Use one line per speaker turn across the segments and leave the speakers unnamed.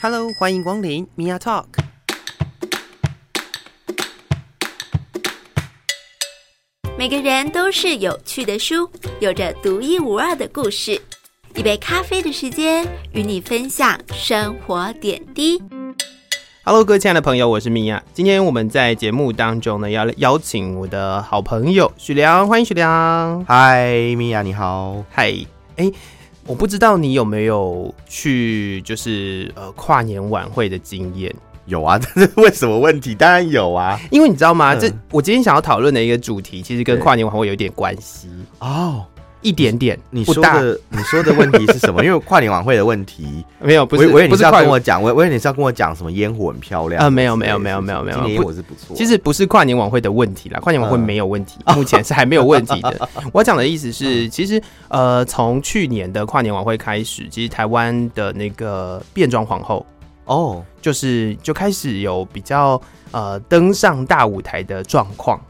Hello，欢迎光临 Mia Talk。
每个人都是有趣的书，有着独一无二的故事。一杯咖啡的时间，与你分享生活点滴。
Hello，各位亲爱的朋友，我是 Mia。今天我们在节目当中呢，要邀请我的好朋友许良，欢迎许良。
嗨，米娅你好。
嗨，哎，我不知道你有没有去就是呃跨年晚会的经验。
有啊， 但是为什么问题？当然有啊。
因为你知道吗？
嗯
这我今天想要讨论的一个主题，其实跟
对
跨年晚会有一点关系，
哦，
一点点，
你
不
说
大，
的你说的问题是什 么？因为跨年晚会的问题，
没有，不
我
是，
以我以为
不
你
是
是要
跨
跟
年
我讲，我以为你是要跟我讲什么烟火很漂亮
啊
什么
没有
之类的
没有没有
是不
没有没
是
有
今年
不
烟火是不错。
其实不是跨年晚会的问题啦，跨年晚会
嗯
没有问题，目前是还没有问题 的。我讲的意思是，其实呃，从去年的跨年晚会开始，其实台湾的那个变装皇后，
哦，
就是就开始有比较呃登上大舞台的状况。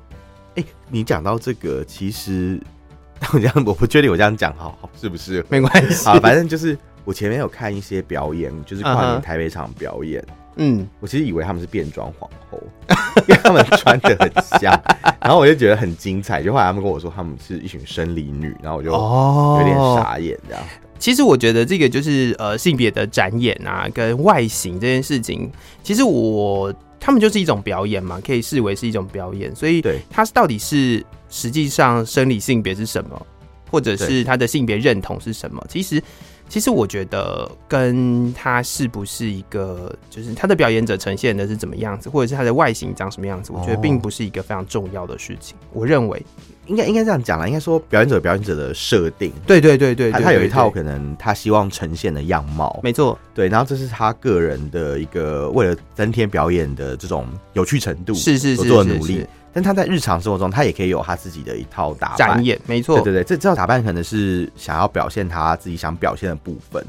哎，你讲到这个，其实 我这样我不确定我这样讲好好是不是？
没关系，
好，反正就是我前面有看一些表演，就是跨
嗯哼
年台北场表演。
嗯，
我其实以为他们是变装皇后， 因为他们穿的很像，然后我就觉得很精彩。就后来他们跟我说他们是一群生理女，然后我就
哦
有点。傻眼这样。
其实我觉得这个就是呃性别的展演啊，跟外形这件事情，其实我他们就是一种表演嘛，可以视为是一种表演，所以
对
它到底是实际上生理性别是什么，或者是他的性别认同是什么？其实，其实我觉得跟他是不是一个，就是他的表演者呈现的是怎么样子，或者是他的外形长什么样子，我觉得
哦
并不是一个非常重要的事情。我认为，
应该应该这样讲啦，应该说表演者有表演者的设定，
对对对对
他
对，
他有一
对
套
对
可能他希望呈现的样貌，
没错，
对，然后这是他个人的一个为了增添表演的这种有趣程度，
是是是
所做的
是
努力
是。
但他在日常生活中，他也可以有他自己的一套打扮
展，演，没错
对。对对，这这套打扮可能是想要表现他自己想表现的部分。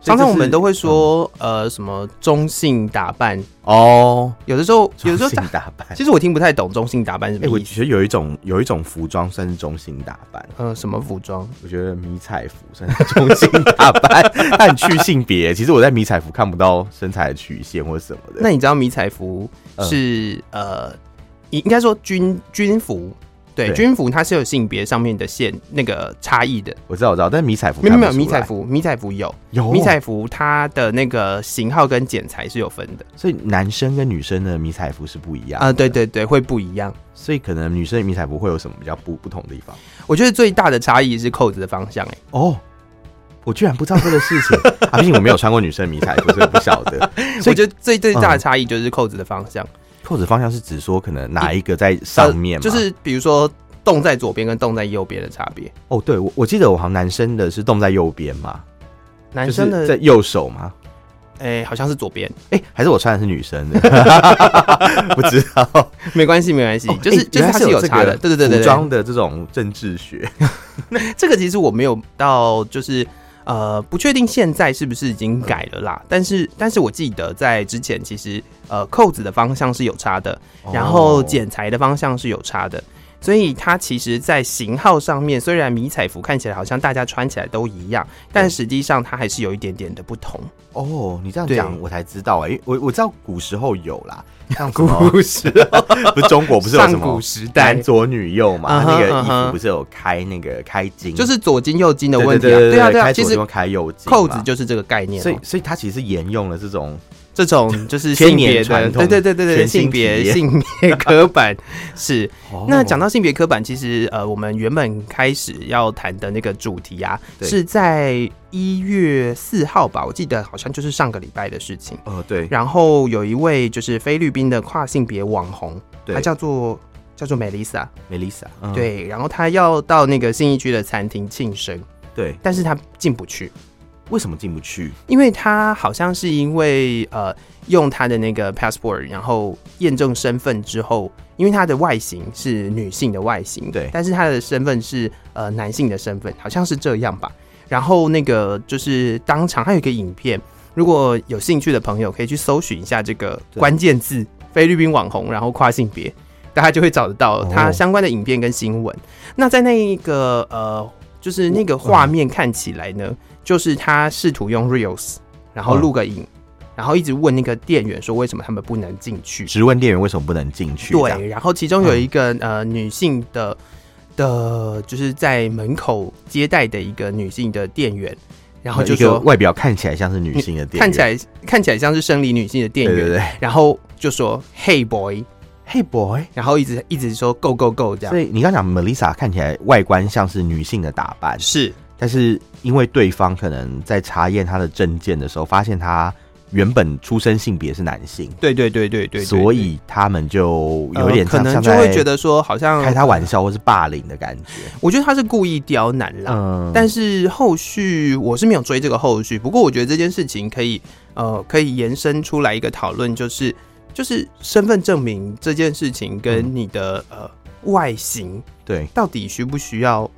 所以
常
这
常我
是
们都会说，呃，什么中性打扮，
哦，
有的时候，有
有
的
时
时
候
候，
打扮，哎、
其实我听不太懂中性打扮是什么
我
意思。
觉得有一种有一种服装算是中性打扮，啊
呃，什么服装？
我觉得迷彩服算是中性打扮， 它很去性别。其实我在迷彩服看不到身材的曲线或什么的。
那你知道迷彩服
嗯
是、呃，应该说军军服，对，
对
军服它是有性别上面的线那个差异的。
我知道，我知道，但是迷彩服
没有
看
没
不
有，迷
出
彩
来哦
服迷彩服有
有
迷彩，服，它的那个型号跟剪裁是有分的
所以男生跟女生的迷彩服是不一样
啊、对
的，
对对，会不一样。
所以可能女生的迷彩服会有什么比较不不同的地方？
我觉得最大的差异是扣子的方向、欸，
哦。我居然不知道这个事情 啊！毕竟我没有穿过女生的迷彩服，所以我不晓得。 所以
我觉得最最大的
嗯
差异就是扣子的方向。
扣子方向是指说可能哪一个在上
呃
面、吗？
就是比如说动在左边跟动在右边的差别。
哦，对，我我记得我好像男生的是动在右边嘛，
男生
就
的
是在右手嘛，
哎、好像是左边，
哎、还是我穿的是女 生的，不知道，
没关系没关系，
哦
就是、
哎
就是
原来
它
是
是有
这
差
个
的，对对对对对。
服装的这种政治学，
这个其实我没有到就是。呃，不确定现在是不是已经改了啦，但是但是我记得在之前，其实呃扣子的方向是有差的，
哦
然后剪裁的方向是有差的，所以它其实，在型号上面，虽然迷彩服看起来好像大家穿起来都一样，但
对
实际上它还是有一点点的不 同。
哦，你这样
对
讲我才知道哎、因为我我知道古时候有啦，像什么
古时
不是中国不是有
上
什
古
么
时代
男左女右嘛，
嗯
他
哼
那个
嗯
衣
哼
服不是有开那个开襟，
就是左襟右襟的
对
问题啊。
对对
啊，对啊，
开
其
左
实
襟开右襟嘛，
扣子就是这个概念、
所
哦
以，所以它其实沿用了这种
这种就是
千
性别
年
的，
传
对
统
对对对对，
全新
性别
体验
性别刻板是。
哦
那讲到性别刻板，其实呃，我们原本开始要谈的那个主题啊，
对
是在一月四号吧，我记得好像就是上个礼拜的事情。
呃，对
然后有一位就是菲律宾的跨性别网红，
对，
她叫做叫做 Melissa，、
Melissa，、嗯、
对，然后她要到那个信义区的餐厅庆生，
对，
但是她进不去，
为什么进不去？
因为他好像是因为呃用他的那个 passport，然后验证身份之后，因为他的外形是女性的外形，
对
但是他的身份是呃男性的身份，好像是这样吧。然后那个就是当场还有一个影片，如果有兴趣的朋友可以去搜寻一下这个
对
关键字“菲律宾网红”，然后跨性别，大家就会找得到
哦
他相关的影片跟新闻。那在那一个呃，就是
嗯
那个画面看起来呢，就是他试图用 reels，然后录个影，然后一直问那个店员说为什么他们不能进去。
直问店员为什么不能进去？这样
对，然啊后其中有一
嗯
个、呃女性的的，就是在门口接待的一个女性的店员，然后就
一个
说
外表看起来像是女性的店员，
看起来看起来像是生理女性的店
对
员，
对对
然后就说 Hey boy，
，Hey boy。
然后一直一直说 Go Go Go 这样
所，以你刚讲 Melissa 看起来外观像是女性的打扮，
是
但是因为对方可能在查验她的证件的时候，发现她原本出生性别是男性，
对对对对对对
所以他们就有
呃
点
可
像
能
像
就会
在
觉得嗯说好像
开他玩笑或是霸凌的感觉。
我觉得他是故意刁难啦。
嗯，
但是后续我是没有追这个后续，不过我觉得这件事情可以，呃，可以延伸出来一个讨论，就是就是身份证明这件事情跟你的、呃外形
对
到底需不需要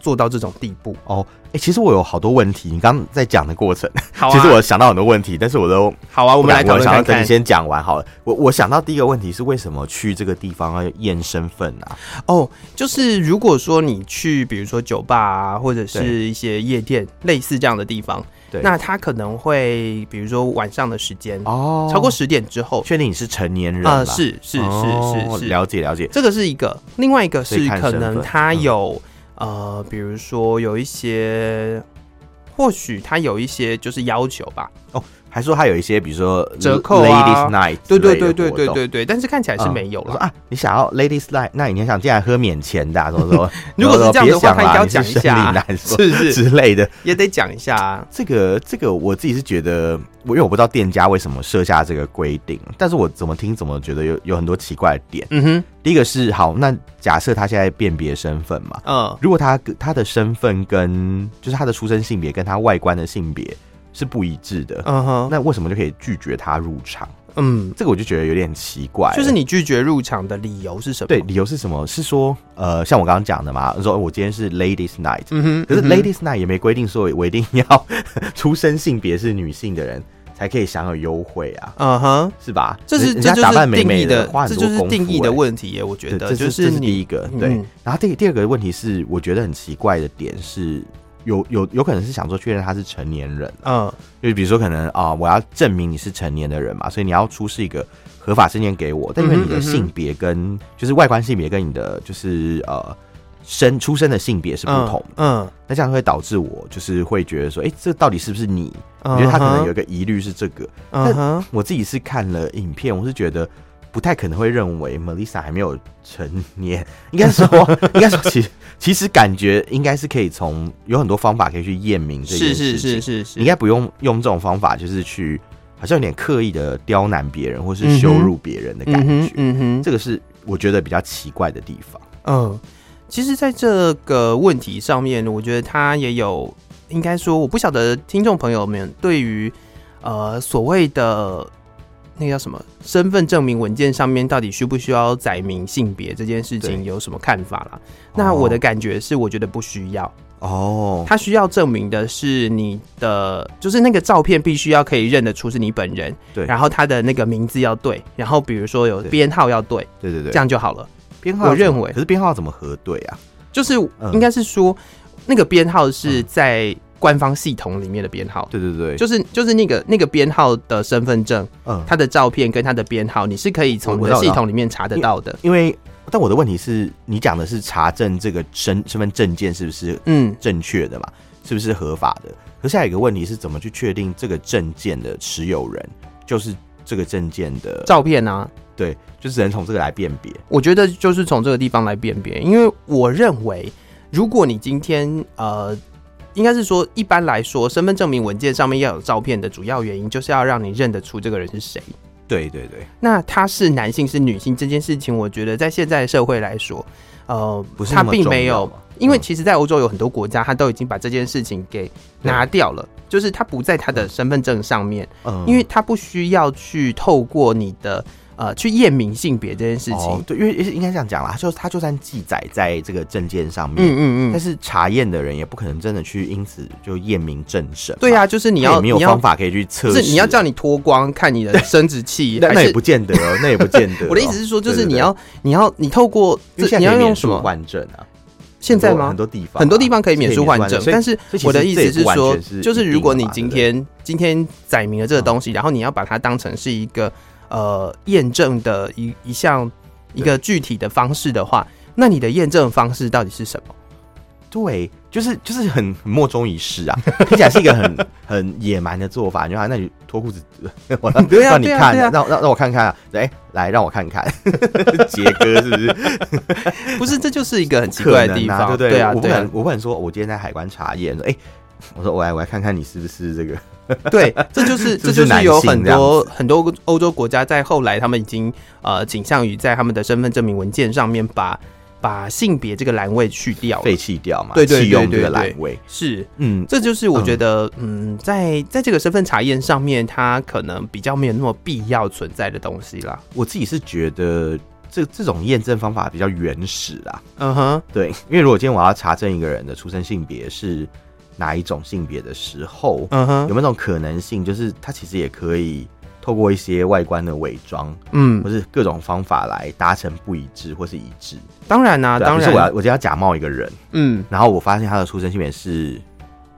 做到这种地步？
哦，哎、其实我有好多问题，你刚刚在讲的过程，
好啊，
其实我想到很多问题，但是我都
好啊，我
不
们来
敢
讨
问
论
想要
看
等
看
你。先讲完好了。我我想到第一个问题是为什么去这个地方要验身份啊？
哦，就是如果说你去，比如说酒吧啊，或者是
对
一些夜店，类似这样的地方，
对
那他可能会，比如说晚上的时间、
哦
超过十点之后，
确定你是成年人
啊、
了，
是是是
哦
是是，
了解了解。
这个是一个，另外一个
所以
是
看
可
身
能
份
他
嗯
有、呃，比如说有一些，或许他有一些就是要求吧，
还说他有一些，比如说
折扣啊
Ladies Night，
对
之
对
类的
对对对
活动，
对对，但是看起来是没有
我说
了。
啊，你想要 Ladies Night，那你还想进来喝免钱的、啊，怎么说？
如果是这样的话，他
他
应该要讲一下啊，是不是？
之类的。
也得讲一下啊。
这个这个我自己是觉得，我因为我不知道店家为什么设下这个规定，但是我怎么听怎么觉得有有很多奇怪的点。
嗯哼，
第一个是好，那假设他现在辨别身份嘛，
嗯，
如果他他的身份跟就是他的出生性别跟他外观的性别是不一致的，
嗯哼，
那为什么就可以拒绝他入场？
嗯，
这个我就觉得有点奇怪了。
就是你拒绝入场的理由是什么？
对理由是什么？是说呃，像我刚刚讲的嘛，说哦我今天是 Ladies Night，、
嗯哼，
可是
嗯哼
Ladies Night 也没规定说我一定要 出生性别是女性的人才可以享有优惠啊，
嗯哼，
是吧？
这是
人
这
家
就
打扮
是
美
定义
美
的
花，很
这
多
就
功
是
夫、
定义的
欸
问题耶。我觉
对，
得
这
就是
这是
你
第一个对
嗯。
然后第第二个问题是，我觉得很奇怪的点是，有有有可能是想说确认他是成年人，
嗯
就是比如说可能啊、我要证明你是成年的人嘛，所以你要出示一个合法证件给我，但因为
嗯哼
你
嗯
的
哼
性别跟、就是外观性别跟你的就是呃生出生的性别是不同的，
嗯，
那这样会导致我就是会觉得说，哎、这到底是不是你？
我
我觉得他可能有一个疑虑是这个。
嗯哼，
我自己是看了影片，我是觉得不太可能会认为 Melissa 还没有成年，应该说， 应该说其实其实感觉应该是可以从有很多方法可以去验明这件
是
事
是
情。
是是是，
你应该不用用这种方法，就是去好像有点刻意的刁难别人或是羞辱别人的感
嗯
觉
哼。嗯哼，
这个是我觉得比较奇怪的地方。
嗯，其实在这个问题上面，我觉得他也有，应该说，我不晓得听众朋友们对于呃所谓的那个叫什么身份证明文件上面到底需不需要载明性别这件事情
对
有什么看法啦？那我的
哦
感觉是，我觉得不需要，
哦，
他需要证明的是你的，就是那个照片必须要可以认得出是你本人，
对
然后他的那个名字要对，然后比如说有
对
编号要对，
对对对，
这样就好了。
编号要
我认
怎么
为
可是编号要怎么核对啊？
就是
嗯
应该是说，那个编号是在官方系统里面的编号，
对对对，
就是就是那个那个编号的身份证，
嗯，
它的照片跟它的编号，你是可以从
我
你
我
的
知道
系统里面查得到的。
因为但我的问题是你讲的是查证这个身身份证件是不是
嗯，
正确的嘛？是不是合法的？可是还有一个问题是怎么去确定这个证件的持有人就是这个证件的
照片啊，
对，就只能从这个来辨别。
我觉得就是从这个地方来辨别，因为我认为，如果你今天呃。应该是说，一般来说，身份证明文件上面要有照片的主要原因，就是要让你认得出这个人是谁。
对对对，
那他是男性是女性这件事情，我觉得在现在的社会来说，呃，
不是
他
那么
并
重
没
要
有
嘛，
因为
嗯
其实，在欧洲有很多国家，他都已经把这件事情给拿掉了，就是他不在他的身份证上面，
嗯
因为他不需要去透过你的呃去验明性别这件事
哦
情。
对，因为应该这样讲啦，就是他就算记载在这个证件上面，
嗯嗯嗯，
但是查验的人也不可能真的去因此就验明正身嘛。
对呀、就是你
你
要
没有
你要
方法可以去测
不
试啊，
是你要叫你脱光看你的生殖器，
那
还
那也
是
不见得哦，那也不见得哦。
我的意思是说，就
对
是
对
你
对
要你要你透过
因
这
为现
你
在可
要
以
用
免
什
术
么？
换证啊，
现在吗
很？多地方啊
很多地方可以免
是
诉
免
换
换
证，
所以
但是
所以其
我的
实
意
这
思
也不完
说
全，是
就是
一
如
定
果
的
你
嘛
今
对不对
天今天载明了这个东西，然后你要把它当成是一个呃验证的一一项一个具体的方式的话，那你的验证方式到底是什么？
对，就是就是很很莫衷一是啊，听起来是一个很很野蛮的做法。你就啊，那你脱裤子， 我让
对啊
让你
对啊
看，
对啊
让让让我看看啊，哎，来让我看 看，杰哥是不是？
不是，这就是一个很奇
可
怪
能
的地
啊、
方，
对不对？
对啊，
我不
对啊
敢，，我不敢说，哦我今天在海关查验，说哎。我说我来，我来看看你是不是这个
对，这就是
是不
这
是
就是
男
有
性
很
这样
多
子
很多欧洲国家在后来他们已经呃倾向于在他们的身份证明文件上面把把性别这个栏位去掉了
废，弃掉嘛？
对对对
弃用这
对
个
对
栏位，
是。
嗯，
这就是我觉得，嗯，在在这个身份查验上面，它可能比较没有那么必要存在的东西啦。
我自己是觉得这这种验证方法比较原始啦，
嗯哼，
对，因为如果今天我要查证一个人的出生性别是哪一种性别的时候，
嗯
有
哼，
没有那种可能性，就是他其实也可以透过一些外观的伪装，或
嗯，
是各种方法来达成不一致或是一致。
当然啦、
啊
当
我要
然，
我今天要假冒一个人，
嗯，
然后我发现他的出生性别是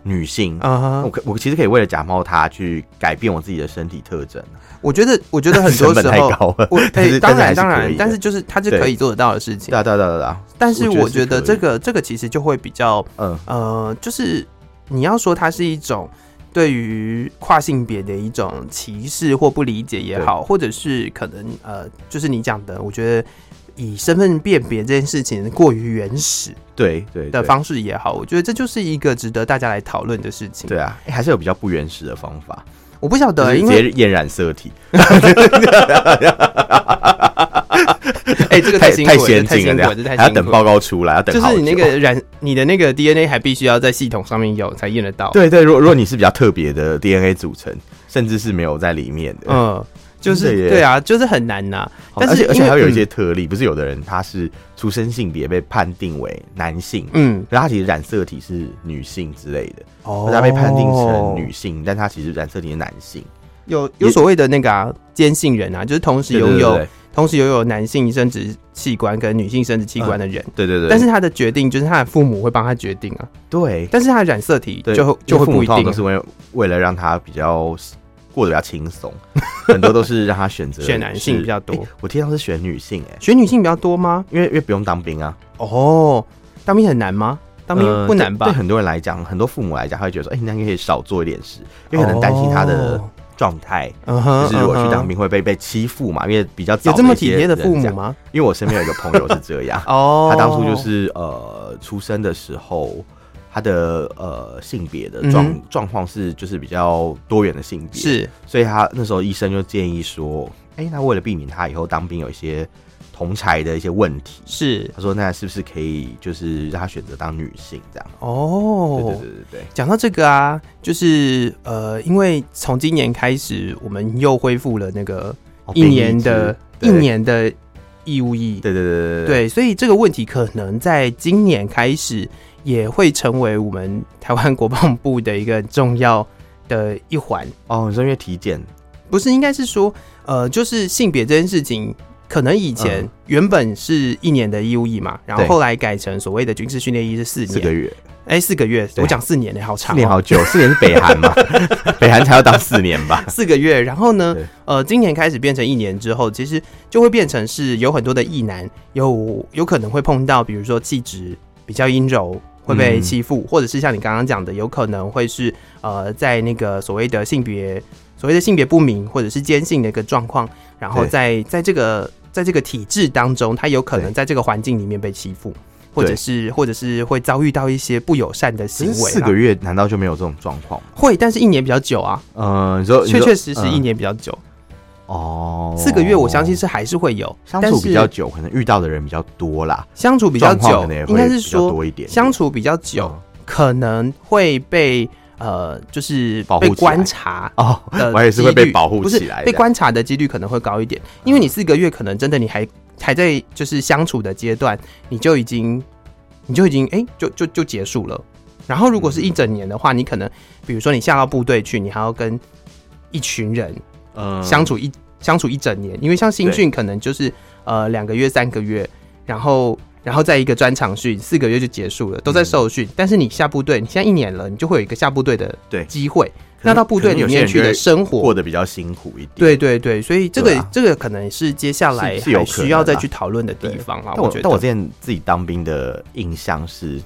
女性。
啊
那
哈
我，可我其实可以为了假冒他去改变我自己的身体特征，
我觉得，我觉得很
成
多
本
时
太
候，
高了。
我
但
哎、
是
当
但
然
是还
当
是可
然
以，的
但是就是它是
对
可以做得到的事情
对。啊对啊对啊对啊，
但是我
我
觉
觉
得
得是可以
这个这个其实就会比较
嗯，
呃，就是你要说它是一种对于跨性别的一种歧视或不理解也好，或者是可能呃，就是你讲的，我觉得以身份辨别这件事情过于原始
对对
的
对
方式也好，我觉得这就是一个值得大家来讨论的事情。
对，啊，哎还是有比较不原始的方法。
我不晓
就
得，
是
啊因
直
为
接染染色体，
哎、这个
太
辛苦
太
了，这
先
太
进
辛
了，
苦了，这
这
太
样还要
辛
等
苦了。
报告出来，要等
就
好
是你那
久
个染，你的那个 DNA 还必须要在系统上面有才验得到。
对对，如果如果你是比较特别的 DNA 组成，甚至是没有在里面的，
嗯，就
真的
是
耶
对啊，就是很难呐、
好
但
而
是
且而且
因为嗯
还会有一些特例，不是有的人他是出生性别被判定为男性，
嗯，
然后他其实染色体是女性之类的，
哦
或者他被判定成女性，但他其实染色体是男性，
有有
也
所谓的那个啊，坚信人啊，就是同时
对对
拥
对
有
对
同时拥有男性生殖器官跟女性生殖器官的人，
对对对，
但是他的决定就是他的父母会帮他决定啊，
对
但是他的染色体
对，
就会
因
就
为
会
父母
不一
通
定
常都
啊
是为为了让他比较过得比较轻松，很多都是让他选择
选男性
是
比较多
诶我听到是选女性哎、诶
选女性比较多吗？
因为因为不用当兵啊，
哦，当兵很难吗？当兵
呃
不难
对
吧
对？很多人来讲，很多父母来讲，他会觉得说，哎、你那个可以少做一点事，因为可能担心他的
哦
状态。
嗯哼，
就是我去
嗯哼
当，兵会被被欺负嘛，因为比较早
有这么体
一些
贴的父
人
母
讲？
吗？，
因为我身边有一个朋友是这样
哦，
他当初就是呃出生的时候，他的呃性别的
嗯
状状况是就是比较多元的性别，，
是
所以他那时候医生就建议说，哎、那为了避免他以后当兵有一些同才的一些问题，
是
他说那是不是可以就是让他选择当女性这样？
哦，
对对对对对。
讲到这个啊，就是呃，因为从今年开始，我们又恢复了那个
哦
一年的、一
兵役制对
年的义务役，
对对对对
对，所以这个问题可能在今年开始也会成为我们台湾国防部的一个很重要的一环。
哦，你说因为体检，
不是，应该是说，呃，就是性别这件事情，可能以前
嗯
原本是一年的义务役嘛，然后
对
后来改成所谓的军事训练役是四
四个
年，
月，
哎，四个月，
对
我讲四年呢，好
四
长、
年
哦，
好久，四年是北 韩嘛，北韩才要当四年 吧？
四个月，然后呢
对，
呃，今年开始变成一年之后，其实就会变成是有很多的异男，有有可能会碰到，比如说气质比较阴柔。会被
嗯
欺负，或者是像你刚刚讲的，有可能会是呃，在那个所谓的性别、所谓的性别不明或者是坚信的一个状况，然后
对
在在这个在这个体制当中，他有可能
对
在这个环境里面被欺负，或者
对
是或者是会遭遇到一些不友善的
其
行
实
为啦。
四个月难道就没有这种状况吗？
会，但是一年比较久啊，
嗯，你说你
确
说
确实实一
嗯
年比较久。
哦，
四个月，我相信是还是会有
相
但
处
是
比较久，可能遇到的人比较多啦，
相处比较
状况
久
可能也，会
应该是
比较
说
多一点嗯
相处比较久，可能会被呃，就是
保
被
护起来
观察
哦，
的，
我也是会被保护
不
起
是
来的，
被观察呃的几率可能会高一点，因为你四个月可能真的你还还在就是相处的阶段，你就已经你就已经哎、就就就结束了。然后如果是
嗯
一整年的话，你可能比如说你下到部队去，你还要跟一群人
嗯
相处一、相处一整年，因为像新训可能就是呃两个月、三个月，然后然后在一个专场训四个月就结束了，都在受训。但是你下部队，你现在一年了，你就会有一个下部队的
嗯对
机会。
可
那
能
到部队里面去的生
过
活，
得比较辛苦一点。
对对对，所以这个、
对啊
这个可能也是接下来
是是有
还
可能
需要再
啦
去讨论的地方啦。
但啊我
觉
但我之
得，
前自己当兵的印象是，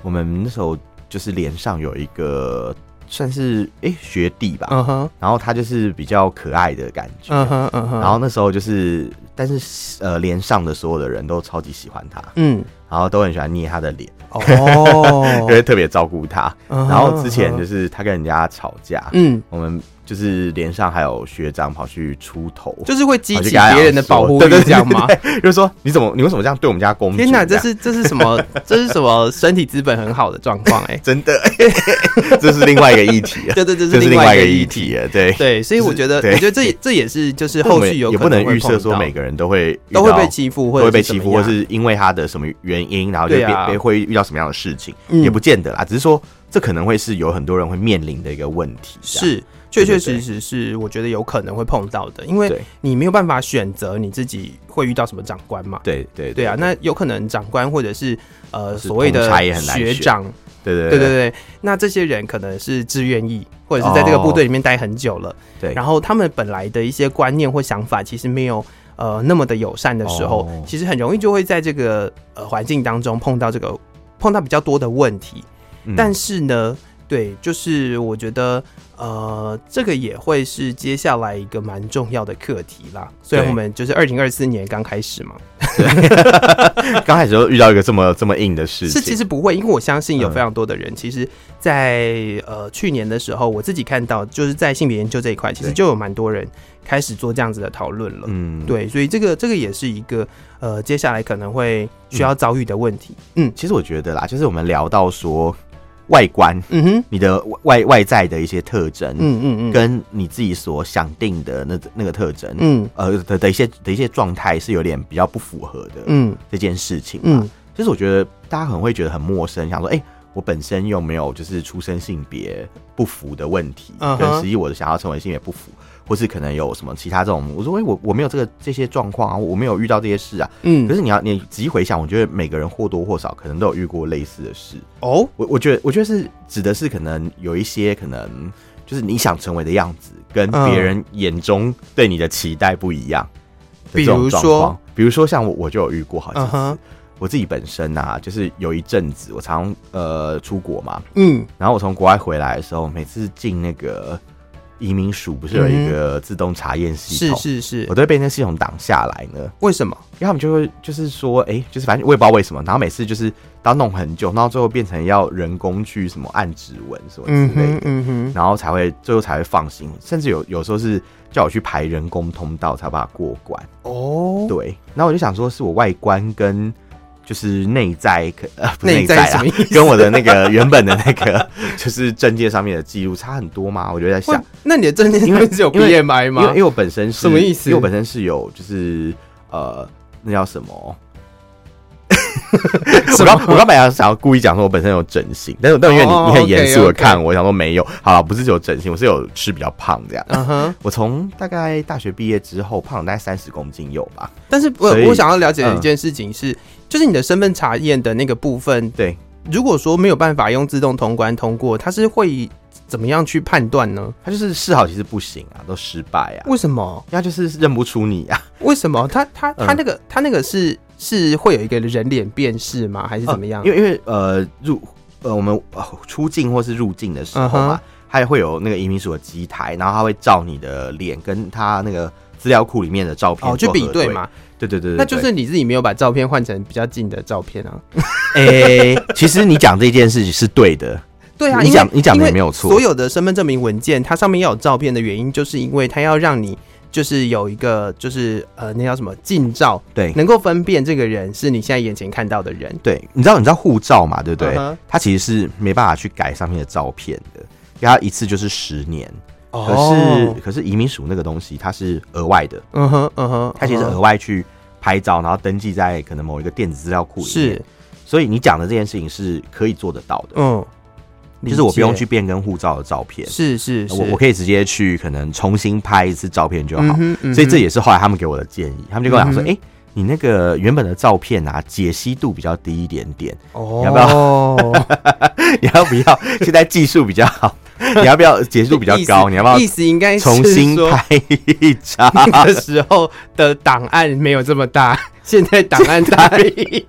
我们那时候就是连上有一个算是诶学弟吧，
嗯哼，
然后他就是比较可爱的感觉，
嗯哼，嗯哼，
然后那时候就是，但是呃连上的所有的人都超级喜欢他，
嗯，
然后都很喜欢捏他的脸， 因为
哦，嗯
特别照顾他。
然
然后之前就是他跟人家吵架，
嗯，
我们就是连上还有学长跑去出头，
就是会激
跑去
起
跟他
别人的
讲
保
说
护
啊对
欲，
对对
这样吗？
对对就是说你怎么你为什么这样对我们家公主？
天哪，
这
这
样，
是这是什么？这是什么身体资本很好的状况？哎
真的， 这是另外一个议题了，
对对， 这
这
是
是另
另
外一
一
个
个议
议
题。
题了。对，
对，所以我觉得，
对
我觉得这也这也是就是后续有
也
可
不能
会
预设
碰
说
到
每个人都会遇
都会
到
被欺负，
都
或者
会被
是
欺负，
怎么
或
样
是因为他的什么原因，然后就
对
被、
啊
被会遇到什么样的事情，
嗯
也不见得啦。只是说这可能会是有很多人会面临的一个问题。这样
是。确确
对对
实实是，我觉得有可能会碰到的，因为
对
你没有办法选择你自己会遇到什么长官嘛。
对对
对啊，那有可能长官或者是呃
是
所谓的
同差也很难
学
选
长，
对对
对
对
对对，那这些人可能是志愿役，或者是在这个部队里面待很久了，
对
然后他们本来的一些观念或想法其实没有呃那么的友善的时候，
哦
其实很容易就会在这个呃环境当中碰到这个碰到比较多的问题。
嗯
但是呢，对，就是我觉得呃这个也会是接下来一个蛮重要的课题啦。虽然
对
我们就是二零二四年刚开始嘛，
刚开始就遇到一个这么这么硬的事
是
情，
其实不会，因为我相信有
嗯
非常多的人，其实在，呃去年的时候，我自己看到就是在性别研究这一块，其实
对
就有蛮多人开始做这样子的讨论了。
嗯，
对，所以这个这个也是一个呃，接下来可能会需要遭遇的问题。嗯
其实我觉得啦，就是我们聊到说外观，
嗯哼，
你的外外在的一些特征，
嗯嗯嗯，
跟你自己所想定的那那个特征，
嗯
呃的的一些的一些状态是有点比较不符合的，
嗯
这件事情嘛。
嗯
其实我觉得大家可能会觉得很陌生，想说，哎、我本身有没有就是出生性别不符的问题
嗯哼
跟实际我的想要成为性别不符，或是可能有什么其他这种，我说，哎、我我没有这个这些状况啊，我没有遇到这些事啊。可
嗯，
是你要你仔细回想，我觉得每个人或多或少可能都有遇过类似的事。
哦，
我我觉得我觉得是指的是可能有一些可能就是你想成为的样子，跟
嗯
别人眼中对你的期待不一样的
比
这种
如
状
说
况。比如说像我我啊就有遇过好
嗯
几次。
哼，
我自己本身啊，就是有一阵子我常呃出国嘛，
嗯
然后我从国外回来的时候，每次进那个移民署不是有一个自动查验系
嗯是
统，
是是
我，都会被那系统挡下来呢。
为什么？
因为他们就会就是说，哎、就是反正我也不知道为什么，然后每次就是都要弄很久，然后最后变成要人工去什么按指纹什么
嗯
之类
哼
的，
嗯哼，
然后才会最后才会放心，甚至有有时候是叫我去排人工通道才把它过关。
哦，
对，那我就想说，是我外观跟就是内在可呃不是
内
内
在
在
什
啊
么意，思
跟我的那个原本的那个就是证件上面的记录差很多吗？我就在
会
想，
那你的证件
因为
是有
因为
BMI
因为
吗
因？为我本身是
什么意思
因为我本身是有就是呃那叫 什么？我刚我刚本来想要故意讲说，我本身有整形，但是但因为你、
哦
你很严肃的
OK，OK
看我，想说没有，好了，不是有整形，我是有吃比较胖这样。
嗯哼，
我从大概大学毕业之后胖了大概三十公斤有吧？
但是我
所以
我想要了解的
嗯
一件事情是，就是你的身份查验的那个部分，
对，
如果说没有办法用自动通关通过，它是会怎么样去判断呢？
他就是试好其实不行啊，都失败啊，因为
为什么？
他就是认不出你 啊，
为什么？他他
嗯
他那个他那个是是会有一个人脸辨识吗？还是怎么样？
因为因为呃入呃我们呃出境或是入境的时候
嗯
嘛，它也会有那个移民署的机台，然后他会照你的脸跟他那个资料库里面的照片
哦，去
做
比
核
对，嘛，
对对对嗯对，
那就是你自己没有把照片换成比较近的照片啊。
诶、哎 其实你讲这件事情是对的，
对啊，
你
因为
讲你讲
因
的
为
也没有错
所有的身份证明文件，它上面要有照片的原因，就是因为它要让你就是有一个就是呃那叫什么近照，
对
能够分辨这个人是你现在眼前看到的人。
对，你知道你知道护照嘛，对不对？
嗯哼
它其实是没办法去改上面的照片的，因为它一次就是十年，可是、
哦
可是移民署那个东西它是额外的。
嗯哼嗯哼，
他其实
嗯
额
哼
外去拍照，然后登记在可能某一个电子资料库里面。
是，
所以你讲的这件事情是可以做得到的，
嗯，
就是我不用去
理
变更护照的照片呃
解，，是是是，
我我可以直接去可能重新拍一次照片就好。
嗯哼嗯哼
所以这也是后来他们给我的建议，他们就跟我讲说，
嗯
哎、
哼
你那个原本的照片啊，解析度比较低一点点，
哦
要不
要？
你要不要？现在技术比较好，你要不要解 析度比较高？你要不 要
意思应该是
重新
说
拍一张？
那个时候的档案没有这么大， 现在档案大一点。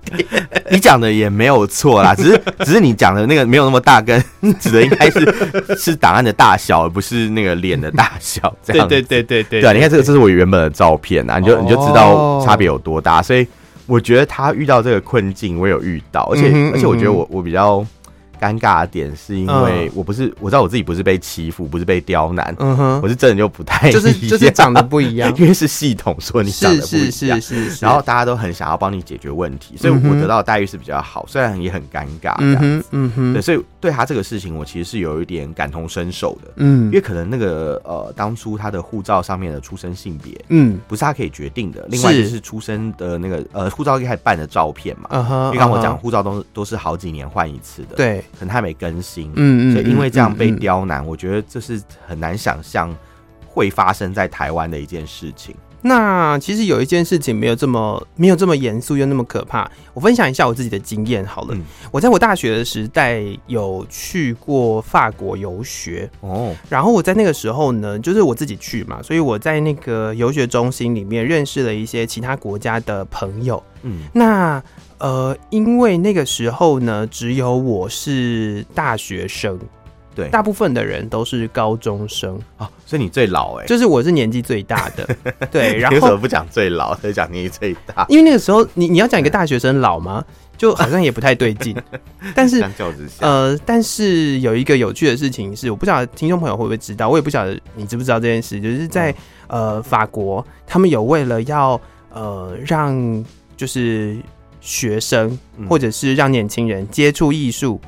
你讲的也没有错啦，只是 只是你讲的那个没有那么大，跟 指的应该是 是档案的大小，而不是那个脸的大小。 这
对
样
对
子
对对对
对啊，你看这个，这是我原本的照片啊，你就你就知道
哦
差别有多大。所以我觉得他遇到这个困境，我有遇到，而且、
嗯哼
而且我觉得
嗯哼
我我比较尴尬的点是因为我不是我知道我自己不是被欺负，不是被刁难，
嗯
我
哼，
是真的就不太
就是
一样，
就是长得不一样
因为是系统说你长
是
得不一
是。是
样
是是，
然后大家都很想要帮你解决问题，所以
嗯
我
哼
得到的待遇是比较好，虽然也很尴尬这
嗯
样。
哼嗯
对，
哼
所以对他这个事情，我其实是有一点感同身受的，
嗯
因为可能那个呃，当初他的护照上面的出生性别
嗯
不是他可以决定的，另外
是
就是出生的那个呃，护照一开始办的照片嘛，
啊哈，
因为刚刚我讲
啊哈
护照都是都是好几年换一次的，，
对，
可能他没更新，
嗯嗯，
所以因为这样被
嗯嗯
刁难，我觉得这是很难想象会发生在台湾的一件事情。
那其实有一件事情没有这么没有这么严肃又那么可怕，我分享一下我自己的经验好了。
嗯
我在我大学的时代有去过法国游学，
哦，
然后我在那个时候呢，就是我自己去嘛，所以我在那个游学中心里面认识了一些其他国家的朋友。
嗯，
那呃，因为那个时候呢，只有我是大学生，
对
大部分的人都是高中生，
哦，所以你最老哎、
就是我是年纪最大 的，对，然
你为什
后
么不讲最老，而讲年纪最大？
啊因为那个时候你你要讲一个大学生老吗？就好像也不太对 劲。但是
相较之下，
呃，但是有一个有趣的事情是，我不晓得听众朋友会不会知道，我也不晓得你知不知道这件事，就是在、
嗯
呃法国，他们有为了要呃让就是学生
嗯
或者是让年轻人接触艺术，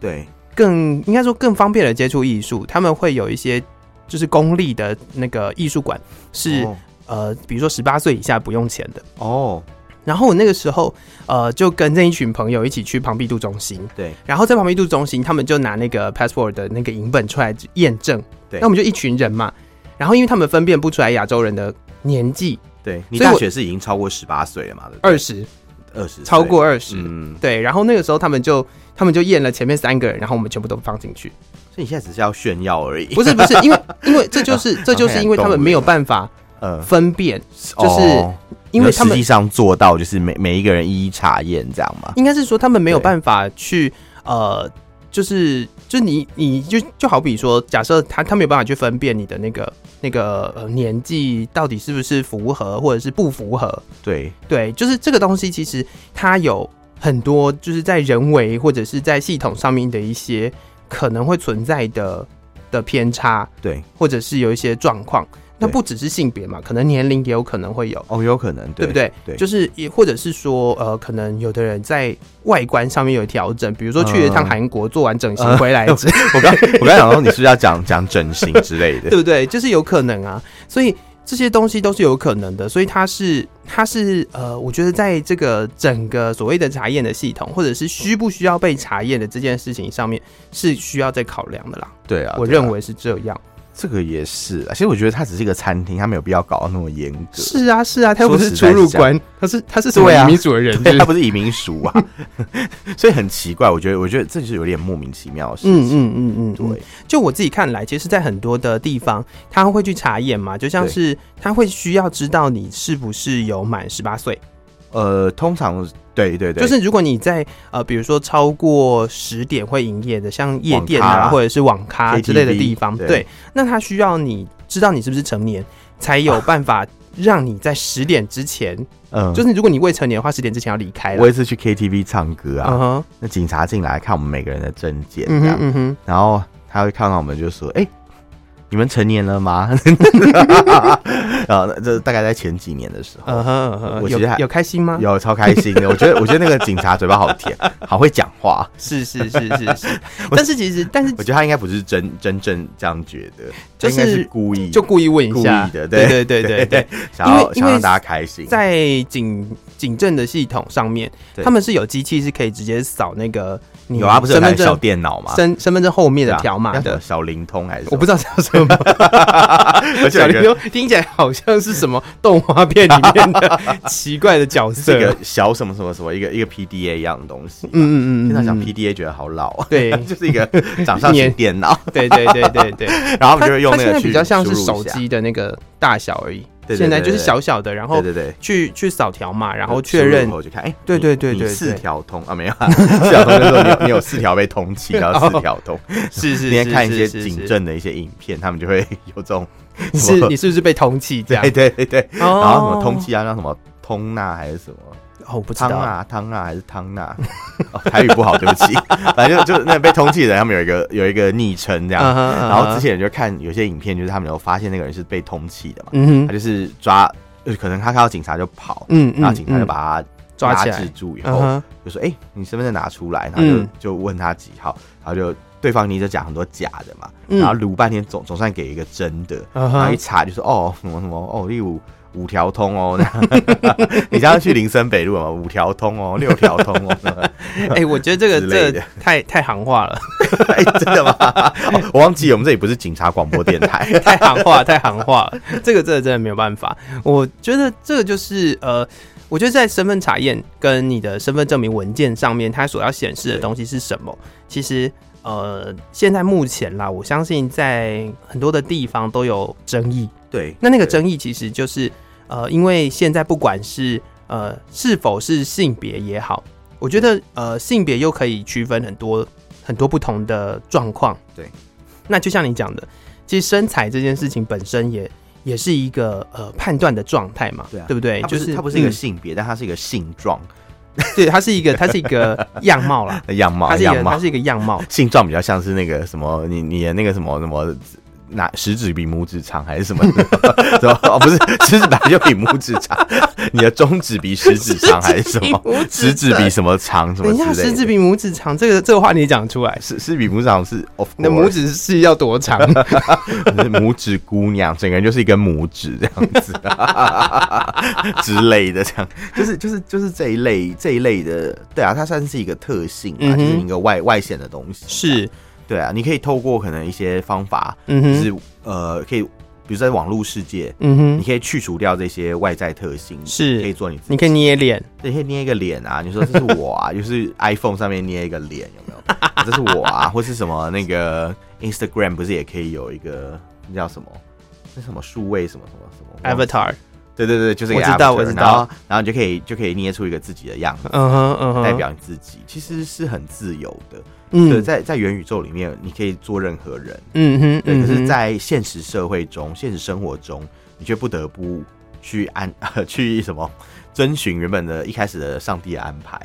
对，
更应该说更方便的接触艺术，他们会有一些就是公立的那个艺术馆是、
哦
呃，比如说十八岁以下不用钱的。
哦，
然后我那个时候，呃，就跟这一群朋友一起去庞毕度中心，
对，
然后在庞毕度中心，他们就拿那个 passport 的那个影本出来验证，
对
那我们就一群人嘛，然后因为他们分辨不出来亚洲人的年纪，
对你
所以
大
我
学是已经超过十八岁了嘛？对不对
二十
二十，
超过二十、
嗯，
对，然后那个时候他们就他们就验了前面三个人，然后我们全部都放进 去，
所以你现在只是要炫耀而已。
不是不是，因为因为这 就是
啊
这就是因为他们没有办法
呃，
分辨，就是
哦
因为
你
他
实
们
际上做到就是每每一个人一一查验这样嘛。
应该是说他们没有
对
办法去呃，就是就你你就就好比说，假设他他没有办法去分辨你的那个那个呃年纪到底是不是符合或者是不符合，
对，
对，就是这个东西其实它有很多就是在人为或者是在系统上面的一些可能会存在的的偏差，
对，
或者是有一些状况。那
对
不只是性别嘛，可能年龄也有可能会有。
哦，有可能，
对不对？
对，
就是也或者是说，呃，可能有的人在外观上面有调整，比如说去了一趟
嗯
韩国做完整形回来，之类
我刚我刚想说你是不是要讲讲整形之类 的啊
对？不对？就是有可能啊，所以这些东西都是有可能的，所以它是它是呃，我觉得在这个整个所谓的查验的系统，或者是需不需要被查验的这件事情上面，是需要再考量的啦。
对啊，
我
对啊
认为是这样。
这个也是啊。其实我觉得它只是一个餐厅，它没有必要搞到那么严格。
是啊，是啊，他又不
说
是
实
出
在是
入
这样
关，他是他是什么
对啊
移民组的人？是
对，
不
他
是
不是移民署啊，所以很奇怪。我觉得，我觉得这就是有点莫名其妙的事
嗯
情。
嗯嗯嗯，嗯
对，
就我自己看来，其实，在很多的地方，他会去查验嘛，就像
对
是他会需要知道你是不是有满十八岁，
呃，通常对对对，
就是如果你在呃，比如说超过十点会营业的，像夜店
网咖
啊，
啦
或者是网咖
KTV
之类的地方，
对
对，那他需要你知道你是不是成年，才有办法让你在十点之前，
嗯，
就是如果你未成年的话，十点之前要离开
我
了。
也是去 KTV 唱歌啊，
嗯哼，
那警察进来看我们每个人的证件，
嗯哼
这样，
嗯哼，
然后他会看到我们就说：“哎、你们成年了吗？” 然后这大概在前几年的时候，
嗯哼，嗯
我
哼，
其
有
实还
有开心吗？
有超开心的。我觉得，我觉得那个警察嘴巴好甜，好会讲话。
是是是是是，但是其实，但是
我觉得他应该不是真真正这样觉得，他应该
就是
是故意
就故意问一下，
故意的
对
对
对对对对，
想
因
要
为因
想
为
让大家开心。
在警警政的系统上面，
对
他们是有机器是可以直接扫那个你
有啊，不是有
身
台
份证
小电脑吗？
身身份证后面
对
的
啊
条码
叫什
的
么，小灵通还是
我不
知
知道叫什么。
道
小林通听起来好像是什么动画片里面的 奇怪的角色。
这个小什么什么什么一个一个 PDA 一样的东西。嗯，
嗯嗯嗯
经常讲
嗯，嗯
PDA 觉得好老啊，
对
就是一个掌上型 电脑，
对对对对对，
然 后我
它
们就会用
它
那
现
个
在
去
比较像是
输入
手
一下。
机的那个大小而已，
对对对
现在就是
对对
小小的，然后
对对对，
去去扫条码，然后确认
输入后就看，哎，
对
你
对对
你
对
四
对
条通 啊，没有啊，四条通就是说你有你有四条被通缉，然后四条 通。
是是
今天看一些
哦是是
警政的一些影片，他们就会有这种
你
什
是
么
你是不是被通缉这样
对？对对对，
然
然后什么通缉啊，让什么通纳还是什么
哦，我不知
汤啊
道，
纳汤纳还是汤纳， 哦台语不好，对不起， 反正就就那被通缉的人，他们有一个有一个昵称这
嗯
样。
哼
然后之
前
前就看有些影片，就是他们有发现那个人是被通缉的嘛，
嗯哼
他就是抓，呃可能他看到警察就跑，
嗯嗯，
然后警察就
嗯
把他
抓起
拉制
来，
住以
嗯
后，
哼
就说：“哎、你身份证拿出来。”然后就、
嗯
就问他几号，然后就对方你就讲很多假的嘛，
嗯
然后撸半天总总算给一个真的，
嗯
然后一
哼，
查就说：“哦，什么什么哦，例如五条通哦，你这样 去林森北路嘛，五条通哦，六条通哦，
哎，我觉得这个
之
这
类
个
的
太太行话了，
哎、真的吗、 哦我忘记我们这里不是警察广播电台，
太行话，太行话了，这个真的真的没有办法。我觉得这个就是呃，我觉得在身份查验跟你的身份证明文件上面，它所要显示的东西是什么，其实。呃，现在目前啦，我相信在很多的地方都有争议。
对，
那那个争议其实就是，呃，因为现在不管是呃是否是性别也好，我觉得呃性别又可以区分很多很多不同的状况。
对，
那就像你讲的，其实身材这件事情本身也也是一个呃判断的状态嘛，
对啊
对不对？
它不
就是
它不是一个
嗯
性别，但它是一个性状
对，它是一个它是一个样貌 啦，
的呃样貌，
它是一
样
个
貌
它是一个样貌，
性状比较像是那个什么，你你的那个什么什么。拿食指比拇指长还是什么？ 什么？哦，不是，食指本来就比拇指长，你的中指比食指长还是什么？食指比什么长？ 什么
等一
之类
下，
的？
食指比拇指长，这个这个话你讲出 来，
食食指比拇指长是 of
你的拇
course，
指是要多 长？
拇指姑娘，整个人就是一根拇指这样子之类的，这样就是就是就是这一类这一类的，对啊，它算是一个特性
嗯
嘛，
哼
就是一个外外显的东西，
是，
对啊，你可以透过可能一些方法，
嗯
就
哼，
是呃，可以比如在网络世界，
嗯
你
哼，
可以去除掉这些外在特性，
是
可以做你自己，
你可以捏脸。
你可以捏一个脸啊，你说 这是我啊，就是 iPhone 上面捏一个脸，有没有？这是我 啊，或是什么那个 Instagram 不是也可以有一个那叫什么？那什么数位什么什么什么
Avatar，
对对对，就是一个
我知道
avatar，
我知道
然后然后你就可以就可以捏出一个自己的样子，
嗯哼嗯哼，
代表你自己，其实是很自由的。对，
嗯
在在元宇宙里面，你可以做任何人，
嗯哼，
对，
嗯
可
哼
是，在现实社会中、现实生活中，你却不得不去按、 呃、去什么遵循原本的一开始的上帝的安排，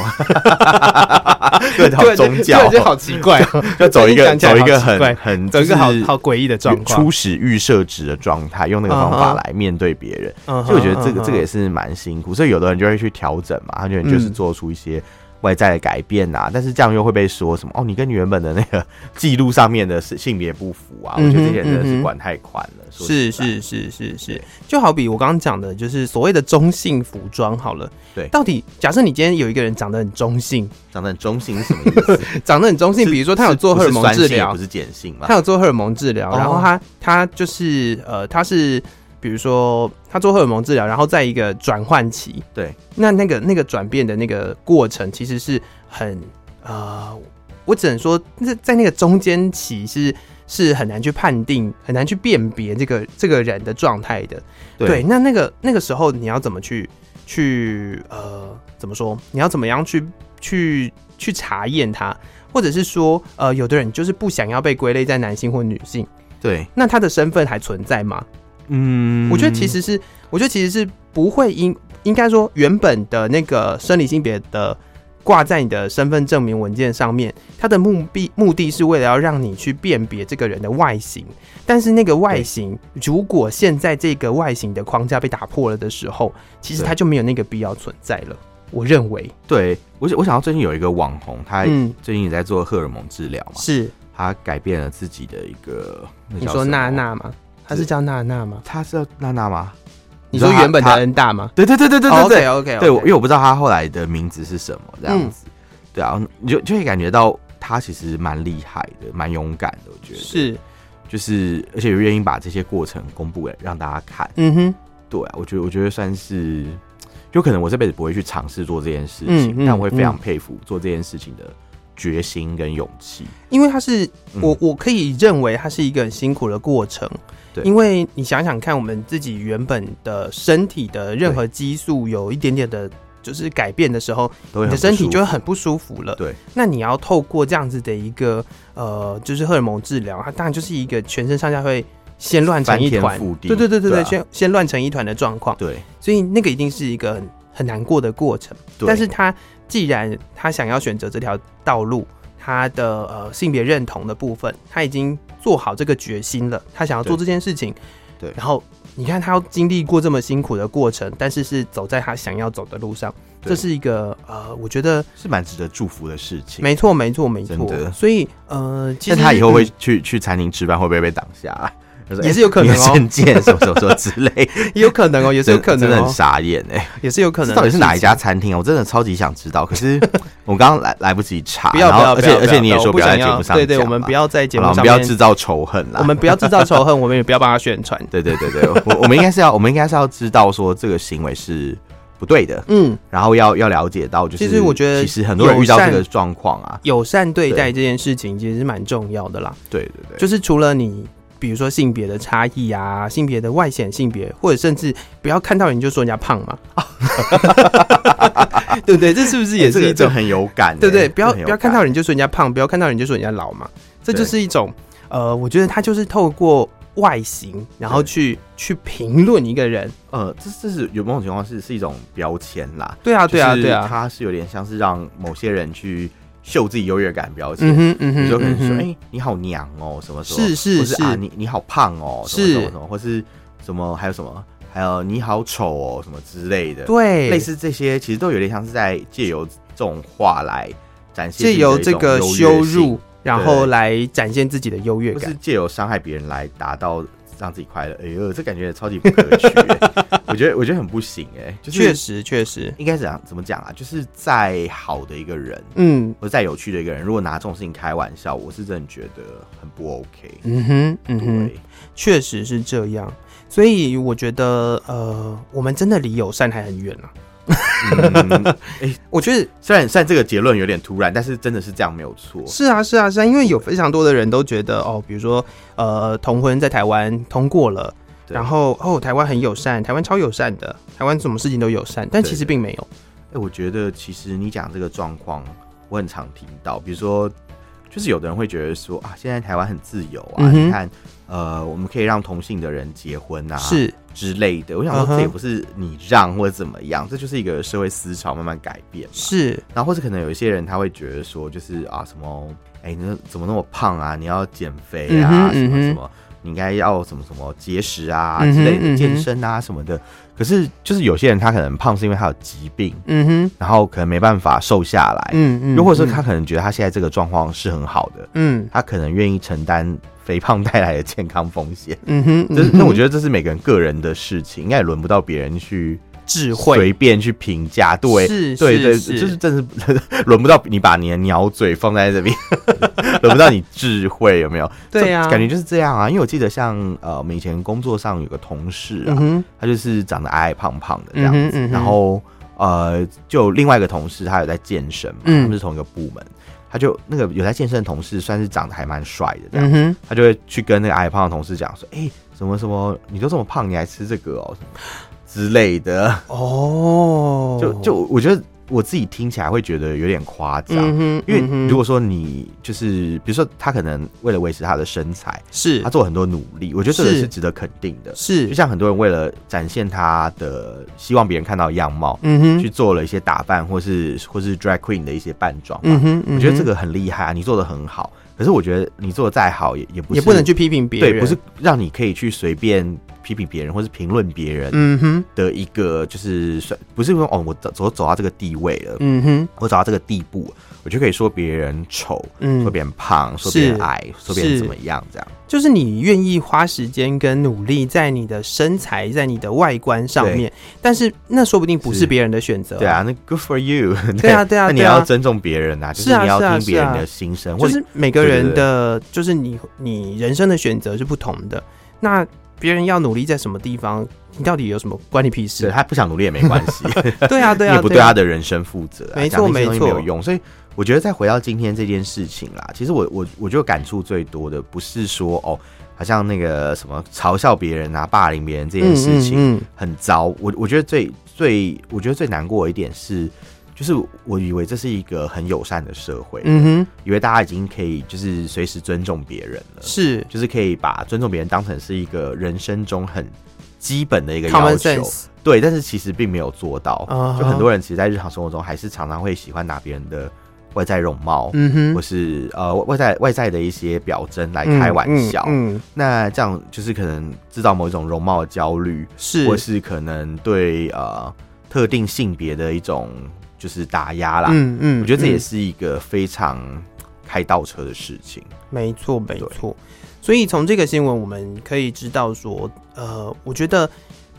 吗？对，
突
好
然间
宗教
突然，间好奇 怪哦，
就走一
突
个
然间
走一
讲起来
个
好奇
很
怪
很
走一个好
就是
好诡异的状况
初。始预设值的状态，用那个方法
嗯哼
来面对别人，
嗯哼
所以我觉得这个
嗯哼
这个也是蛮辛苦，所以有的人就会去调整嘛，他就
嗯
就是做出一些外在的改变呐、但是这样又会被说什么哦，你跟你原本的那个记录上面的是性别不符啊，
嗯哼
我觉得这些人真的
嗯
是
哼
管太宽了，说
是
实在
是是是是，就好比我刚刚讲的，就是所谓的中性服装好了。
对
到底假设你今天有一个人长得很中性，
长得很中性是什么 意思？
长得很中性，比如说他有做荷尔蒙
是
治
酸性也
疗
不，是碱性嘛
他？有做荷尔蒙治疗，
哦
然后他他就是呃，他是比如说他做荷尔蒙治疗，然后在一个转换期，
对，
那那个那个转变的那个过程其实是很呃，我只能说在在那个中间期是是很难去判定、很难去辨别这个这个人的状态的。那那个那个时候你要怎么去去呃怎么说？你要怎么样去去去查验他？或者是说，呃，有的人就是不想要被归类在男性或女性，
对，
那他的身份还存在吗？
嗯
我觉得其实是，我觉得其实是不会因应该说原本的那个生理性别的挂在你的身份证明文件上面，它的目的目的是为了要让你去辨别这个人的外形。但是那个外形，如果现在这个外形的框架被打破了的时候，其实
对
它就没有那个必要存在了。我认为，
对我想我想到最近有一个网红，他
嗯，
最近也在做荷尔蒙治疗嘛，
是
他改变了自己的一个，那
你
叫
说
什么
娜。娜吗？她是
是
叫娜娜吗？
他是要娜娜吗？
你
你
说
说她
原本的
她
恩大吗？哦
对对对对对对对
o k OK，嗯
对，我因为我不知道他后来的名字是什么这样子。对啊，你就就会感觉到他其实蛮厉害的，蛮勇敢的，我觉得，
是，
就是而且愿意把这些过程公布给让大家看。
嗯哼，
对啊，我觉得我觉得算是，有可能我这辈子不会去尝试做这件事情，
嗯嗯
但我会非常
嗯
佩服做这件事情的决心跟勇气。
因为他是
嗯
我，我可以认为它是一个很辛苦的过程。
对
因为你想想看，我们自己原本的身体的任何激素有一点点的，就是改变的时候，
都会
你
很
的
不
身体
舒
就会
服
很不舒服了。
对，
那你要透过这样子的一个呃，就是荷尔蒙治疗，它当然就是一个全身上下会先乱成一团
翻天覆，地
对对对对
对啊
对，先先乱成一团的状况，
对
所以那个一定是一个很很难过的过程。
对，
但是他既然他想要选择这条道路，他的呃性别认同的部分，他已经做好这个决心了，他想要做
对
这件事情。
对
然后你看他要经历过这么辛苦的过程，但是是走在他想要走的路上，
对
这是一个呃，我觉得
是蛮值得祝福的事情。
没错，没错，没错
真。的
所以呃，其
但
实
他以后会
嗯
去、去餐厅吃饭，会不会被挡下来？就
也
哎
是有可能
你的
哦
证件什么什么什么之类，
也 有可能哦，也
也
是有可能
真的
哦
很，傻眼哎、
也是有可
这
能。
到底是哪一家？餐厅啊？我真的超级想知道，可是我刚刚来来不及查，
不要
然
不
后
要，
而
不
且
要
而且你也说
不
要
要
在
不
节
要
目上
对对，
讲
我们
嘛
不要在节
好
目
了我
上
们不要
面
制造仇恨啦。
我们不要制造仇恨，我们也不要帮他宣传。
对对对对，我我们应该是要，我们应该是要知道说这个行为是不对的，
嗯，
然后要要了解到，就是
其实我觉得
其实很多人遇到这个状况啊，
友善对待这件事情其实是蛮重要的啦。
对对对，
就是除了你，比如说性别的差异啊，性别的外显性别，或者甚至不要看到人就说人家胖 嘛，对不对？这是不是也
哎这
是
个
一
这
种
个很有感欸，
对不对？不要
这个很有
不要看
感
到人就说人家胖，不要看到人就说人家老嘛，这
对
就是一种呃，我觉得他就是透过外形，然后
对
去去评论一个人。
呃，这这是有某种情况是是一种标签啦，
对啊，对啊，
就是
对啊。
它是有点像是让某些人去秀自己优越感标
嗯
签。
哼，嗯
比
哼，
如说可能
嗯
说，
哼
哎、你好娘哦、什么什么，
是是
或是啊，
是
你你好胖哦、什么
是
什么什么，或是什么还有什么，还有你好丑哦、什么之类的，
对，
类似这些，其实都有点像是在借由这种话来展现，
借由这个羞辱，，然后
对
来展现自己的优越
或
感
是。借由伤害别人来达到让自己快乐。哎呦，这感觉超级不可取、欸 我觉得我觉得很不行哎、就是
确实，确实，
应该怎样怎么讲啊？就是再好的一个人，
嗯
或者再有趣的一个人，如果拿这种事情开玩笑，我是真的觉得很不 OK。
嗯哼，嗯哼，
对，
确实是这样。所以我觉得，呃，我们真的离友善还很远啊。
嗯、
我觉得
虽然虽然这个结论有点突然，但是真的是这样没有错。
是啊，是啊，是啊，因为有非常多的人都觉得，哦，比如说，呃，同婚在台湾通过了，
对
然后哦，台湾很友善，台湾超友善的，台湾什么事情都友善，但
对
其实并没有。
哎、我觉得其实你讲这个状况，我很常听到，比如说，就是有的人会觉得说啊，现在台湾很自由啊，
嗯哼
你看，呃，我们可以让同性的人结婚啊，
是，
之类的。我想
嗯
说，
哼
这也不是你让或者怎么样，这就是一个社会思潮慢慢改变嘛。
是，
然后或者可能有一些人他会觉得说，就是啊什么，哎、你那怎么那么胖啊？你要减肥
嗯哼
啊，
嗯
什么
哼
什么，你应该要什么什么节食啊、
嗯哼
之类
嗯
的，
哼
健身啊什么的。可是就是有些人他可能胖是因为他有疾病，
嗯哼，
然后可能没办法瘦下来。
嗯嗯，
又或
果
者是他，可能觉得他现在这个状况是很好的，
嗯
他可能愿意承担肥胖 带来的健康风险。
嗯哼，
这是那我觉
得
得这是每个人个人的事情，应该也轮不到别人去
智慧
随便去评价。对，
是
对
是
对，
是
就是真是 轮不到你把你的鸟嘴放在这边， 轮不到你智慧有没有？
对
这
啊
感觉就是这样啊。因为我记得像呃，我们以前工作上有个同事啊，
嗯哼，
他就是长得矮矮胖胖的这样
嗯
子，
哼嗯哼
然后呃，就有另外一个同事他有在健身嘛，
嗯
他们是同一个部门。他就那个有在健身的同事，算是长得还蛮帅的这样
嗯哼，
他就会去跟那个矮胖的同事讲说：“哎、什么什么，你都这么胖，你还吃这个哦，什么之类的。
哦，
就就我觉得我自己听起来会觉得有点夸张，
哼
因
嗯哼
为如果说你就是比如说他可能为了维持他的身材，
是
他做很多努力，我觉得这个
是
是值得肯定的。
是
就像很多人为了展现他的希望别人看到的样貌，
嗯哼
去做了一些打扮，或是或是 drag queen 的一些扮装嘛。
嗯哼，嗯哼
我觉得这个很厉害啊，你做的很好。可是我觉得你做的再好也也不是
也不能去批评别人，
对，不是让你可以去随便批评别人或是评论别人
嗯哼，
的一个，就是算不是说哦，我走走走到这个地位了，
嗯哼，
我走到这个地步，我就可以说别人丑，
嗯
说别人胖，说别人
是
矮，说别人
是
怎么样这样。
就是你愿意花时间跟努力在你的身材、在你的外观上面，但是那说不定不是
是
别人的选择、
对啊，，那 good for you 。
对啊对啊
那你
对啊
要尊重别人啊，就是是
啊
你要
是啊
听别
是
人
啊
的心声，
就
或者
是每个人
对对对
的，就是你你人生的选择是不同的。那别人要努力在什么地方，你到底有什么关你屁
是
事？
他不想努力也没关系，
对啊， 对
你
啊，
也不对他的人生负责啊，
没
讲
错
那些东西
没
没
错
有用。所以我觉得再回到今天这件事情啦，其实我我我觉得感触最多的不是说哦，好像那个什么嘲笑别人啊、霸凌别人这件事情，
嗯嗯嗯
很糟。我我觉得最最我觉得最难过的一点是，就是我以为这是一个很友善的社会，
嗯
以为大家已经可以就是随时尊重别人了
哼，，是
就是可以把尊重别人当成是一个人生中很基本的一个
common
要求。
sense，
对，但是其实并没有做到。
啊哈
就很多人其实，在日常生活中还是常常会喜欢拿别人的外在容貌。
嗯
或
哼，
是呃外在外在的一些表征来开玩笑，
嗯，嗯嗯
那这样就是可能制造某一种容貌的焦虑，
是
或是可能对呃特定性别的一种就是打压啦。
嗯嗯，
我觉得这
嗯
也是一个非常开倒车的事情。
嗯没错，没错。所以从这个新闻，我们可以知道说，呃，我觉得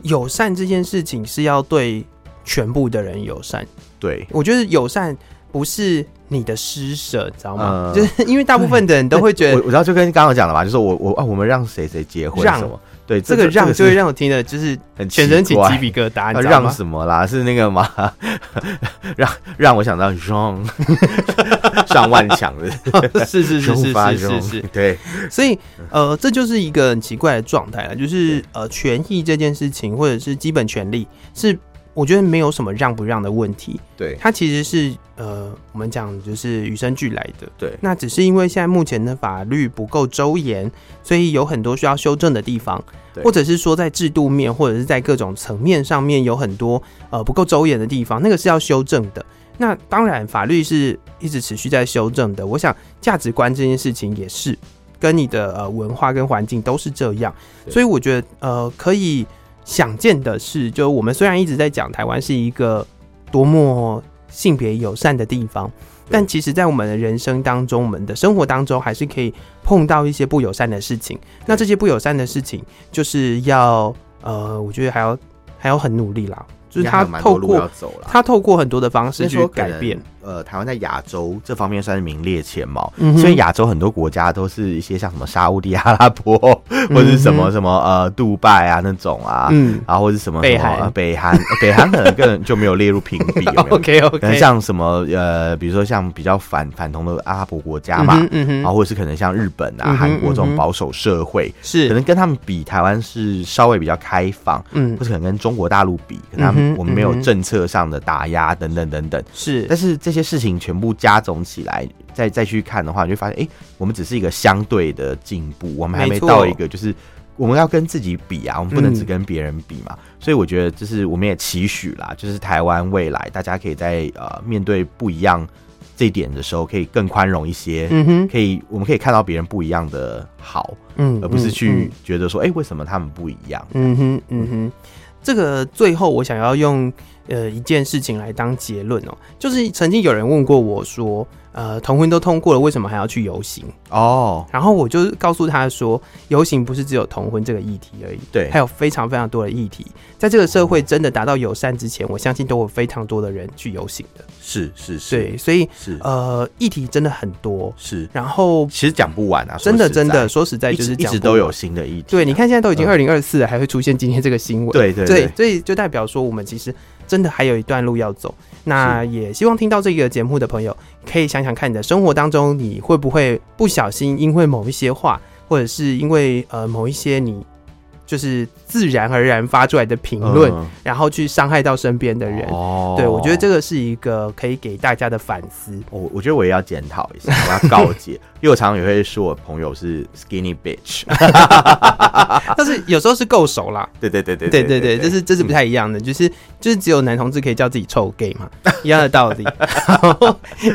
友善这件事情是要对全部的人友善。
对，
我觉得友善不是你的施舍，你知道吗？
呃
就是因为大部分的人都会觉
我
得
我知道，就跟刚刚讲的嘛，就是我我啊，我们让谁谁结婚
让
什么？对，
这个让
是
就会让我听的就是
很
全身起
奇怪
鸡皮疙瘩，你
啊
知道
让
吗？
什么啦？是那个吗？ 让让我想到让 上万强的
是是 是是
发
是是是。
对，
所以，呃，这就是一个很奇怪的状态了，就是呃，权益这件事情，或者是基本权利，是我觉得没有什么让不让的问题，
对
它其实是呃，我们讲就是与生俱来的。
对
那只是因为现在目前的法律不够周延，所以有很多需要修正的地方，
对
或者是说在制度面，或者是在各种层面上面有很多呃不够周延的地方，那个是要修正的。那当然，法律是一直持续在修正的。我想价值观这件事情也是跟你的呃文化跟环境都是这样，
对
所以我觉得呃可以想见的是，就我们虽然一直在讲台湾是一个多么性别友善的地方。但其实，在我们的人生当中，我们的生活当中，还是可以碰到一些不友善的事情。那这些不友善的事情，就是要呃，我觉得还要还要很努力啦。就是
应该还
他
有蛮
透
多路要
过
走啊了。
他透过很多的方式
是
去
说
改变，。
呃，台湾在亚洲这方面算是名列前茅，
嗯哼
所以亚洲很多国家都是一些像什么沙乌地阿拉伯或者是什么什么呃杜拜啊那种啊，
嗯
然后或者什么
北
什么
韩
呃北韩，呃北韩可能更就没有列入评 比，有没有？
，OK
可能
OK，
像什么呃，比如说像比较反反同的阿拉伯国家嘛，
嗯哼，
然后或者是可能像日本啊、
嗯哼
韩国
嗯
这
哼
种保守社会，
是
可能跟他们比，台湾是稍微比较开放，
嗯
或者可能跟中国大陆比，可能他们
嗯哼
我们没有
嗯哼
政策上的打压等等等等。
是
但是这些事情全部加总起来，再再去看的话，你就发现，哎、我们只是一个相对的进步，我们还
没
没
错
到一个就是我们要跟自己比啊，我们不能
嗯
只跟别人比嘛。所以我觉得，就是我们也期许啦，就是台湾未来大家可以在呃面对不一样这一点的时候，可以更宽容一些。
嗯哼
可以，我们可以看到别人不一样的好，
嗯
而不是
嗯
去觉得说，哎、为什么他们不一样？
嗯哼，嗯哼，这个最后我想要用呃一件事情来当结论哦，就是曾经有人问过我说，呃，同婚都通过了，为什么还要去游行？
哦，
然后我就告诉他说，游行不是只有同婚这个议题而已，
对
还有非常非常多的议题。在这个社会真的达到友善之前，我相信都有非常多的人去游行的。
是是
对，所以
是
呃，议题真的很多。
是，
然后
其实讲不完啊，说
真的
实在
真的说实在
一
就
直
是
一
讲
直
不
都有
完。
新的议题啊。
对，你看现在都已经
嗯
二零二四了，还会出现今天这个新闻。
对对
对，所以就代表说我们其实真的还有一段路要走。那也希望听到这个节目的朋友，可以想想看你的生活当中，你会不会不小心因为某一些话，或者是因为呃某一些你就是自然而然发出来的评论，
嗯
然后去伤害到身边的人。
哦
对，我觉得这个是一个可以给大家的反思。
我我觉得我也要检讨一下，我要告诫， 因为我常常也会说我朋友是 skinny bitch，
但是有时候是够熟啦，
对对啊对对
对对
对
对，
嗯
这是这是不太一样的，就是就是只有男同志可以叫自己臭 gay 嘛，一样的道 理。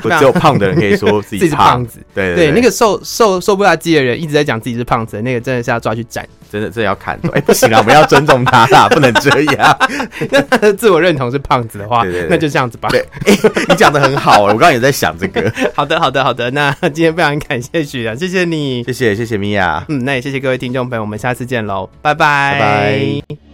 我只有胖的人可以 说自
自己
己
是胖
胖，
子，
对
对，
对，
那个瘦瘦瘦不拉几的人一直在讲自己是胖子，那个真的是要抓去斩。
真的真的要砍头，哎不行啊，我们要尊重他啦，不能这样。
那他的自我认同是胖子的话，
对对对
那就这样子吧。
对，哎你讲的很好，我刚刚也在想这个。
好的，好的，好的。那今天非常感谢许啊良，谢谢你。
谢谢，谢谢米娅。
嗯，那也谢谢各位听众朋友，我们下次见喽，拜拜
拜拜